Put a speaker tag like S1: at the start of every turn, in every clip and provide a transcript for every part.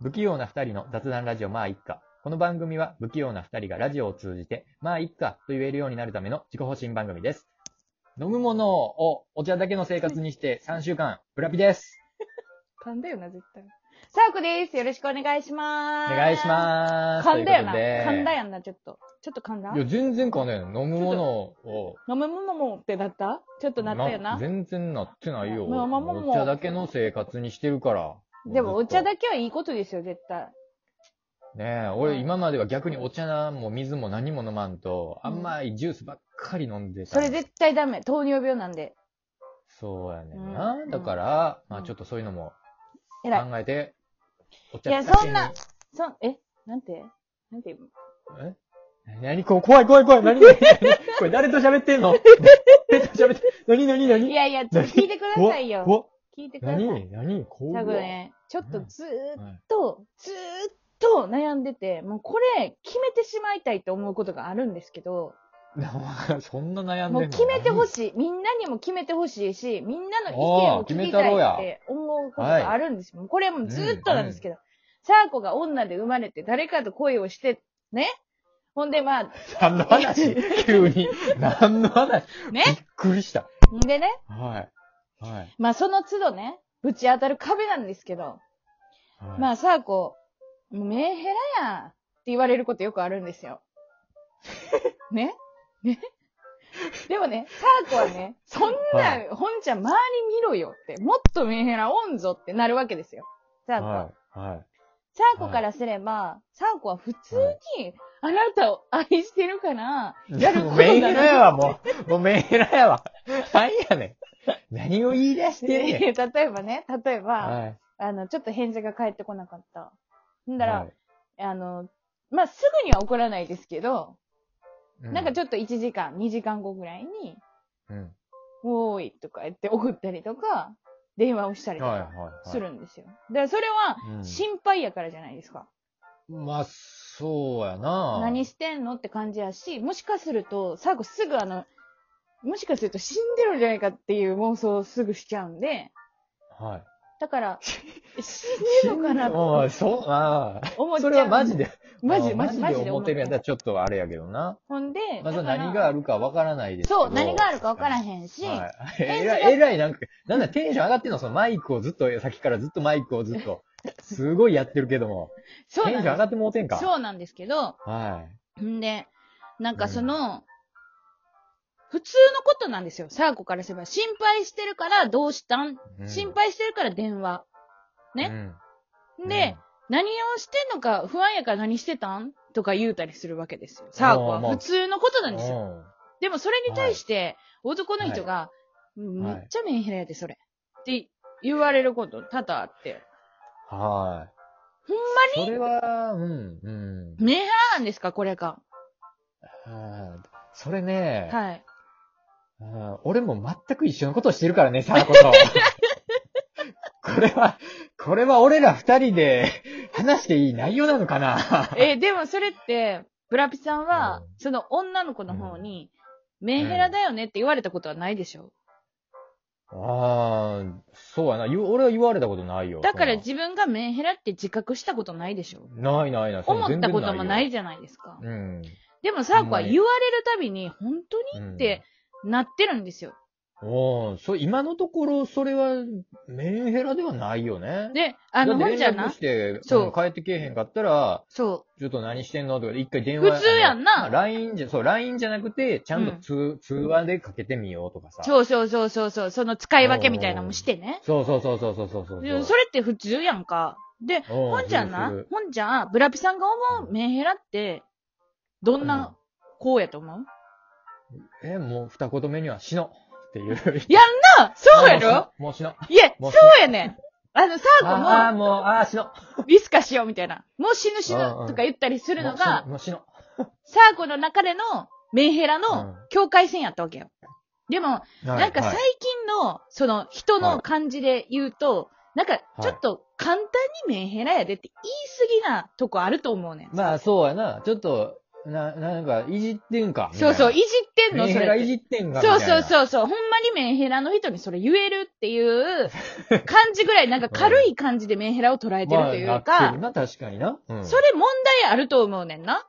S1: 不器用な二人の雑談ラジオまあいっか。この番組は不器用な二人がラジオを通じて、まあいっかと言えるようになるための自己保身番組です。飲むものをお茶だけの生活にして3週間、ブラピです。
S2: 噛んだよな、絶対。さあこです。よろしくお願いし
S1: お
S2: まーす。
S1: 願いします。
S2: 噛んだよな。
S1: ということで
S2: 噛んだやんな、ちょっと。ちょっと噛んだ
S1: いや、全然かね、飲むものを。
S2: 飲むもももってなったちょっとなったよな。
S1: 全然なってないよ。
S2: まあまあまあまあ
S1: お茶だけの生活にしてるから。
S2: でもお茶
S1: け。
S2: だけはいいことですよ、絶対。
S1: ねえ、俺今までは逆にお茶も水も何も飲まんと、甘いジュースばっかり飲んでた。
S2: それ絶対ダメ。糖尿病なんで。
S1: そうやねんな。
S2: うん
S1: だから、
S2: うん
S1: まあちょっとそういうのも
S2: えらい。
S1: 考えて、お茶
S2: いや
S1: だけに
S2: そんな。そん、えなんてなんて
S1: え何こう怖い怖い怖い。何何何これ誰と喋ってんの誰と喋って、何何何
S2: いやいや、ちょっと聞いてくださいよ。
S1: 怖っ
S2: 聞いてください。
S1: 何何怖
S2: 多
S1: い
S2: 分ね、ちょっとずーっと、ずーっと悩んでて、もうこれ決めてしまいたいって思うことがあるんですけど、
S1: な そんな悩ん
S2: も
S1: でんの
S2: う決めてほ
S1: い。
S2: しい。みんなにも決めてほしいし、みんなの意見
S1: おー
S2: を
S1: 決
S2: 聞
S1: め
S2: き
S1: た
S2: たい
S1: ろうや
S2: って思うことがあるんですよ。もうこれはもうずっとなんですけど、サーコが女で生まれて誰かと恋をして、ねほんでまあ、
S1: 何の話急に。何の話
S2: ね
S1: びっくりした。
S2: んでね、
S1: はい。はい。
S2: まあその都度ね、ぶち当たる壁なんですけど、ま
S1: あ、
S2: あサーコ、メンヘラやんって言われることよくあるんです よ。ねね でもね、サーコはね、そん
S1: は
S2: な、ほんちゃん周り見ろよって、もっとメンヘラおんぞってなるわけですよ。サーコは。
S1: はい。はい。
S2: サーコからすれば、サーコは普通に、あなたを愛してるから、やる
S1: もう
S2: こと
S1: メンヘラ
S2: な
S1: やわ、もう。もうメンヘラやわ。何やねん。何を言い出し
S2: い。
S1: てんねん。
S2: 例えばね、例えば、
S1: はい。
S2: あの、ちょっと返事が返ってこなかった。んだら、
S1: は
S2: あの、まあ、すぐには怒らないですけど、
S1: い
S2: なんかち
S1: ょっ
S2: ょっと1時間、2時間後ぐらいに、
S1: と。うん。
S2: おーいとか言って送ったりとか、電話をしたりと
S1: はいはい
S2: か
S1: はい。
S2: するんですよ。だからそれは
S1: うん
S2: 心配やからじゃないですか。
S1: まあ、そうやな。
S2: 何してんのって感じやし、もしかすると、最後すぐあの、もしかすると死んでるんじゃないかっていう妄想をすぐしちゃうんで、
S1: はい。
S2: だから、 死んでるのかな
S1: も
S2: と
S1: う、そう、あ
S2: 思っ
S1: あ。
S2: ちゃ。
S1: そうれはマジで。
S2: マジ、
S1: あ
S2: マジ、マジ
S1: で
S2: で
S1: 思ってるんやった
S2: 思
S1: らちょっとあれやけどな。
S2: ほんで、
S1: まず
S2: だから
S1: 何があるかわからないですけど。
S2: そう、何があるか分からへんし、
S1: はい。
S2: 返
S1: え
S2: 事
S1: ら
S2: が
S1: い、えらい、なんか、なんだ、テンション上がってんのそのマイクをずっと、さっきからずっとマイクをずっと、すごいやってるけども、
S2: そう
S1: テンション上
S2: な
S1: が
S2: ん
S1: ってもうてん
S2: で
S1: か。
S2: す。そうなんですけど、
S1: は
S2: んで、なんかその、普通のことなんですよ。サーコからすれば。心配してるからどうしたん、
S1: い。うん
S2: 心配してるから電話。ね
S1: うん
S2: で、、何をしてんのか不安やから何してたんとか言うたりするわけですよ。サーコ
S1: あー
S2: は
S1: まあ
S2: 普通のことなんですよ。
S1: よ。
S2: でもそれに対して、男の人が、うんめ
S1: はい
S2: っちゃメンヘラやで、それ。って言われること多々あって。
S1: はい。
S2: ほん
S1: それは、うん、うん。
S2: ま、メンヘラなんですか、これが。
S1: はいそれね、
S2: はい。
S1: うん俺も全く一緒のことをしてるからね、さあこと。これは、これは俺ら二人で話していい内容なのかな
S2: えーでもそれって、ブラピさんは
S1: うん、
S2: その女の子の方に、メンヘラだよねって言われたことはないでしょ、
S1: ああ、そうやな。言う俺は言われたことないよ。
S2: だから
S1: そ
S2: 自分がメンヘラって自覚したことないでしょ、
S1: んなないないない。そんな
S2: 思ったこともな
S1: 全
S2: いじゃないですか。
S1: 然ないよ。
S2: でもサーコは
S1: ほんまに
S2: 言われるたびに、本当
S1: うん。うん
S2: にって、なってるんですよ。
S1: おーそう、今のところ、それは、メンヘラではないよね。
S2: で、あの、
S1: だっ
S2: ほ
S1: て
S2: んじゃ
S1: 連絡
S2: な
S1: し、て、
S2: そう
S1: うん帰ってけえへんかったら、
S2: そ
S1: ちょっと何してんのとかで、一回電話。
S2: 普通やんな
S1: あのまあ LINE じゃ、そう、LINE じゃなくて、ちゃんと通、通話でかけてみようとかさ。
S2: う、そうそうそうそうそう、その使い分けみたいなのもしてね。
S1: そうそうそうそうそうそうそう。
S2: でそれって普通やんか。で、
S1: ほ
S2: ほんじゃな、ほんじゃ、ブラピさんが思うメンヘラって、どんな子やと思う
S1: え、もう二言目には死のっていう。
S2: やんなそうやろ
S1: もう死の。
S2: いや、
S1: も
S2: そうう
S1: 死ぬ
S2: やねん。あの、サ
S1: ああー、
S2: ーコ
S1: もう、ああ、死の。
S2: も、ウィスカしようみたいな。もう死ぬ死ぬ
S1: うんうん
S2: とか言ったりするのが、
S1: もう死の。
S2: サーコの中でのメンヘラの境界線やったわけよ。でも、なんか最近の、その人の感じで言うと、なんかちょっと簡単にメンヘラやでって言い過ぎなとこあると思うねん。
S1: まあ、そうやな。ちょっと、な、なんか、いじってんか。
S2: そうそう、い
S1: い
S2: じってんの、
S1: メン
S2: そ
S1: ヘラ
S2: れ
S1: い
S2: っ
S1: じ
S2: て。
S1: ってんか。
S2: そうそう
S1: う。
S2: そうそう。ほんまにメンヘラの人にそれ言えるっていう感じぐらい、なんか軽い感じでメンヘラを捉えてるという
S1: まあ、なっ
S2: か
S1: てる、な、確かにな。うん。
S2: それ問題あると思うねんな。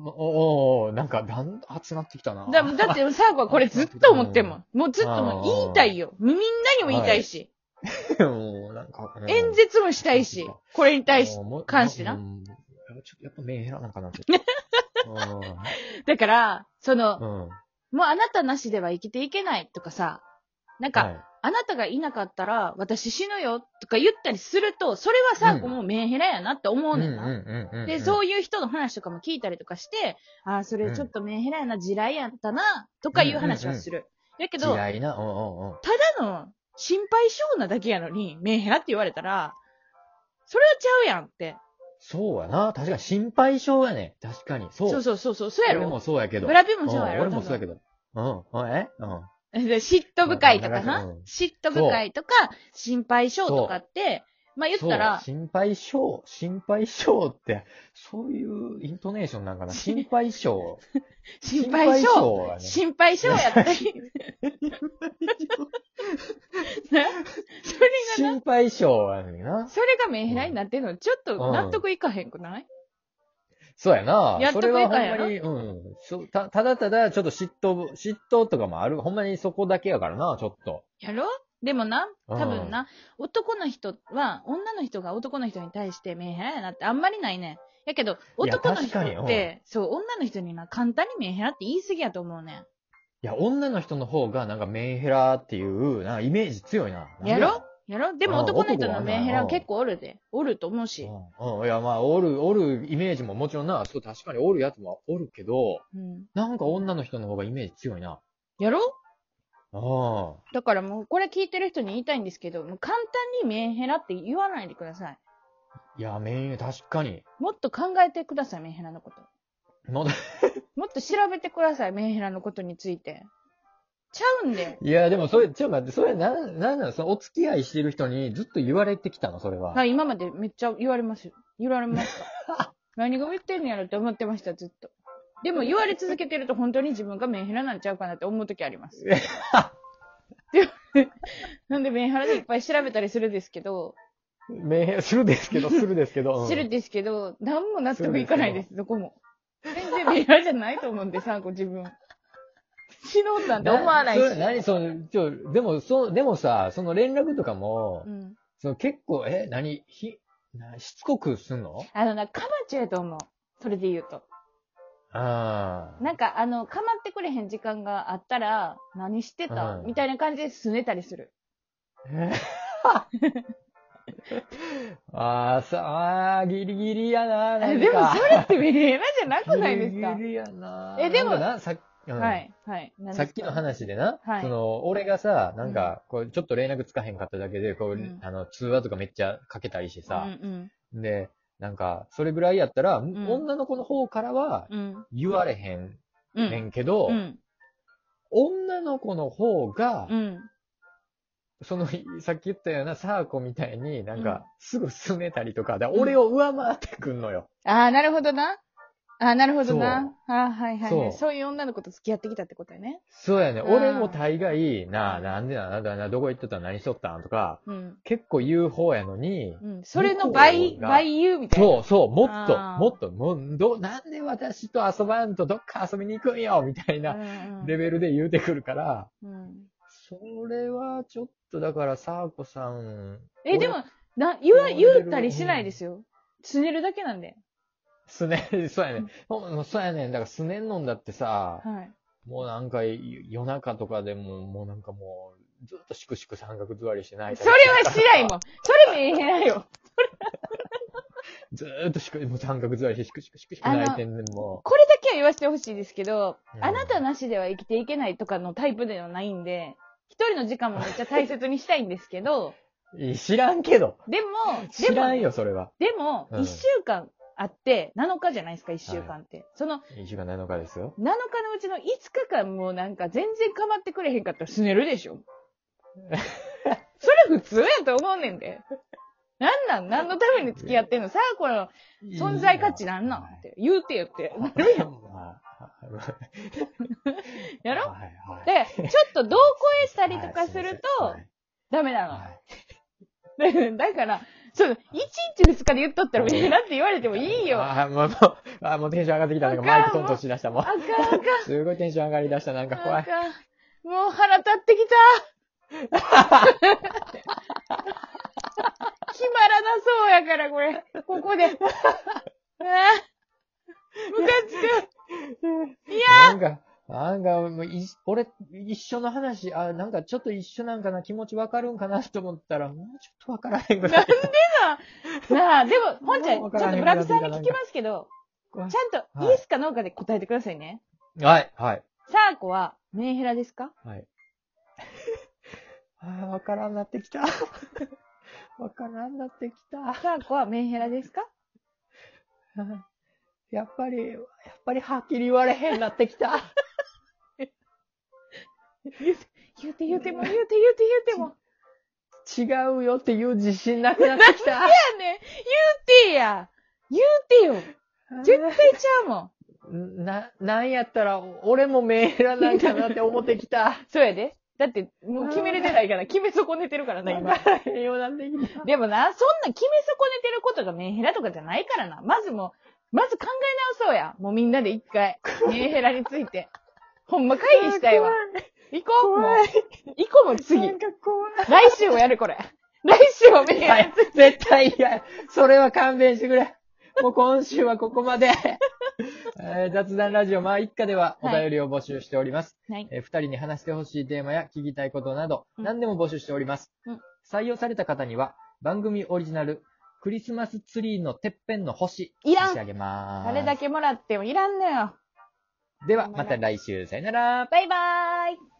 S1: おおおなんか、だん、熱なってきたな。
S2: だだって、サーコはこれずっと思ってんもん。もうずっともう言いたいよ。みんなにも言いたいし、
S1: て、もう、なんか。うん
S2: 演説もしたいし、これに対して。
S1: もう
S2: 関してな
S1: うんちょっとやっぱメンヘラなんかなって。
S2: だから、その
S1: う、ん。うん。
S2: もうあなたなしでは生きていけないとかさ、なんか、
S1: はい
S2: あなたがいなかったら私死ぬよとか言ったりすると、それはさ、
S1: うん
S2: もうメンヘラやなって思うねんな。
S1: うんうんうん
S2: で、そういう人の話とかも聞いたりとかして、ああ、それちょっとメンヘラやな、地雷やったな、とかいう話はする。だけ
S1: 時
S2: ど、た
S1: 代な。うんうんうん。
S2: だの心配性なだけやのに、メンヘラって言われたら、それはちゃうやんって。
S1: そうやな。確かに心配性やね。確かに。そう。
S2: そう
S1: そ
S2: そうそうそう、そうや
S1: 俺
S2: ろ
S1: も。そうやけど。
S2: ブラピもそうやろ。
S1: ん俺もそうやけ
S2: ど。
S1: ど。うん。うんえうん。
S2: 嫉妬深いとか
S1: う。
S2: なん嫉妬深いとか、心配性とかって、まあ言ったら
S1: そう、心配性、心配性って、そういうイントネーションなんかな。心配性。
S2: 心配性。
S1: やね。
S2: 心配性やったり。 なそれがな、
S1: 心配性やねんな。
S2: それがメンヘラになってんの、ちょっと納得いかへんくない、
S1: そうやな。
S2: やっと
S1: そ
S2: く
S1: れ
S2: 以下
S1: は
S2: や
S1: ほ
S2: なん
S1: まに、うん。そうたただただ、ちょっと嫉妬、嫉妬とかもある。ほんまにそこだけやからな、ちょっと。
S2: やろでもな、
S1: うん
S2: 多分な、男の人は、女の人が男の人に対してメンヘラやなってあんまりないねん。やけど、
S1: いや
S2: 男の人
S1: 確か
S2: っ
S1: に
S2: て、そう、女の人にな、簡単にメンヘラって言い過ぎやと思うねん。
S1: いや、女の人の方がなんかメンヘラっていう、なんかイメージ強いな。
S2: やろやろでも
S1: うん
S2: 男の人
S1: 男はな
S2: のメンヘラ
S1: う
S2: は
S1: ん
S2: 結構おるで。おると思うし。
S1: うん、うん。いや、まあ、おる、おるイメージももちろんな、そう、確かにおるやつもおるけど、
S2: うん。
S1: なんか女の人の方がイメージ強いな。
S2: やろ
S1: あ
S2: だからもうこれ聞いてる人に言いたいんですけど、もう簡単にメンヘラって言わないでください。
S1: あ。いや、メンヘラ、確かに。
S2: もっと考えてください、メンヘラのこと。
S1: まだ、
S2: もっと調べてください、メンヘラのことについて。ちゃうんで。
S1: いや、でも、それ、ちょっと待って、それ、なん、なんなのその、お付き合いしてる人にずっと言われてきたの、それは。
S2: はい、今までめっちゃ言われますよ。言われました。 何が言ってんのやろって思ってました、ずっと。でも言われ続けてると本当に自分がメンヘラなんちゃうかなって思う時あり ます。でなんでメンヘラでいっぱい調べたりするんですけど、
S1: メンヘラするですけど、するですけど。うん
S2: 知るんですけど、何も納得いかないです、どこも。全然メンヘラじゃないと思うんで、サンコ自分。死のうなんて思わないし。
S1: それ何その、ちょ、でも、そう、でもさ、その連絡とかも、
S2: うん。
S1: その結構、え、何、ひ、なしつこくすんの
S2: あのな、かまっちゃうやと思う。それで言うと。
S1: ああ。
S2: なんか、あの、かまってくれへん時間があったら、何してた、
S1: うん
S2: みたいな感じで拗ねたりする。
S1: ああ、さあ、ギリギリやな。なん
S2: え
S1: か
S2: でも、それってメンヘラじゃなくないです
S1: ギ
S2: か
S1: リギリやな。
S2: えでも
S1: なんかなさっ,うん、
S2: はい、はい。何です
S1: さっきの話でな、
S2: はい
S1: その、俺がさ、なんか、こう、ちょっと連絡つかへんかっただけで、こう、
S2: うん
S1: あの、通話とかめっちゃかけたりして
S2: うん
S1: さ、で、なんか、それぐらいやったら、
S2: ん
S1: 女の子の方からは
S2: うん。うん。
S1: 言われへん
S2: う
S1: ね
S2: ん。
S1: んけど、
S2: うん。
S1: 女の子の方が、
S2: うん。
S1: その、さっき言ったようなサーコみたいになん
S2: うん
S1: か、すぐ拗ねたりとか、だから俺を上回ってくんのよ。
S2: ああ、なるほどな。ああ、なるほどな。ああ、はいはい、はい
S1: そう
S2: そういう女の子と付き合ってきたってことやね。
S1: そうやね。
S2: うん
S1: 俺も大概、なあ、なんでな、なんだな、どこ行ってた何しとったんとか、
S2: うん。
S1: 結構言う方やのに、
S2: うん。それの倍、
S1: 向こうが
S2: 倍言うみたいな。
S1: そうそう、もっと、
S2: あー
S1: もっと、もう、ど、なんで私と遊ばんとどっか遊びに行くんよみたいな
S2: うんうん
S1: レベルで言うてくるから、
S2: うん
S1: それはちょっと、だから、サーコさん、
S2: え、でも、な、言わ、言ったりしないですよ。つねるだけなんで。
S1: すね、 そうやね。ほんまそうやね。だから、すねんのんだってさ、
S2: はい。
S1: もうなんか夜夜中とかでも、もうなんかもう、ずっとしくしく三角座りしてない。
S2: それはしないもん。それ見えないよ。
S1: ずーっとしく、もう三角座りしてしくしくしくしく泣いてんねん、も
S2: これだけは言わせてほしいですけど、
S1: うん
S2: あなたなしでは生きていけないとかのタイプではないんで、一人の時間もめっちゃ大切にしたいんですけ ど、
S1: う。いや知らんけど。
S2: でも、で
S1: 知らん
S2: も、
S1: よ、それは。
S2: でも、
S1: うん
S2: 一週間あって、7日じゃないですか、一週間って。その、
S1: 1週間7日ですよ。
S2: 7日のうちの5日間もうなんか全然かまってく れへんかったらすねるでしょ。それ普通やと思うねんで。なんなん何のために付き合ってんのサーコの 存在価値なんなんって言うてよって。
S1: なるやん。まあ
S2: やろ
S1: はいはい
S2: で、ちょっと同行へしたりとかすると
S1: はい、
S2: ダメなの。
S1: はい
S2: だから、そう、1日2日で言っとったらみんなって言われてもいいよ。あ
S1: あーもう、もう、あーもうテンション上がってきた。なんかマイクトントンしだした。も
S2: かんあかん
S1: う、すごいテンション上がりだした。なんか怖
S2: あ
S1: い。
S2: かん。もう腹立っ てきた。決まらなそうやから、これ。ここで。あームカつく。
S1: なんか、なんか、もうい俺、一緒の話、あ、なんかちょっと一緒なんかな、気持ちわかるんかなと思ったら、もうちょっとわからへんぐらい。
S2: なあ、でも、もんちゃん、ち
S1: もうわ
S2: ょっ
S1: から
S2: と
S1: ん
S2: 村木さんに聞きますけど、ちゃんと
S1: はい
S2: イエスかノーかで答えてくださいね。
S1: はい、はい。
S2: サーコは、メンヘラですか
S1: はい。あーわからんなってきた。 わからんなってきた。
S2: サーコはメンヘラですか
S1: やっぱり、やっぱりはっきり言われへんなってきた。
S2: 言うて言うても、言うて言うて言うても。
S1: 違うよっていう自信なくなってきた。
S2: やねん言うてや言うてよ絶対ちゃうも ん
S1: な、なんやったら、俺もメンヘラなんかなって思ってきた。
S2: そうやで。だって、もう決めれて ないから、決め損ねてるから な、今。
S1: 栄養なんできた。
S2: でもな、そんな決め損ねてることがメンヘラとかじゃないからな。まずもう、まず考え直そうや。もうみんなで一回、メンヘラについ て。ほんま会議したいわ。行こう、もう
S1: 怖い。
S2: 行こう、もう次
S1: な。んか怖い。
S2: 来週もやる、これ。来週もメンヘラについて。
S1: 絶対嫌や。それは勘弁してくれ。もう今週はここまで。 えー雑談ラジオまあ一家ではお
S2: はい
S1: 便りを募集しております。
S2: はい
S1: えー二人に話してほしいテーマや聞きたいことなど、
S2: うん
S1: 何でも募集しております。
S2: うん
S1: 採用された方には、番組オリジナル、クリスマスツリーのてっぺんの星、
S2: いらん
S1: 差し上げます。
S2: あれだけもらってもいらんのよ。
S1: では、また来週。さよなら。
S2: バイバーイ。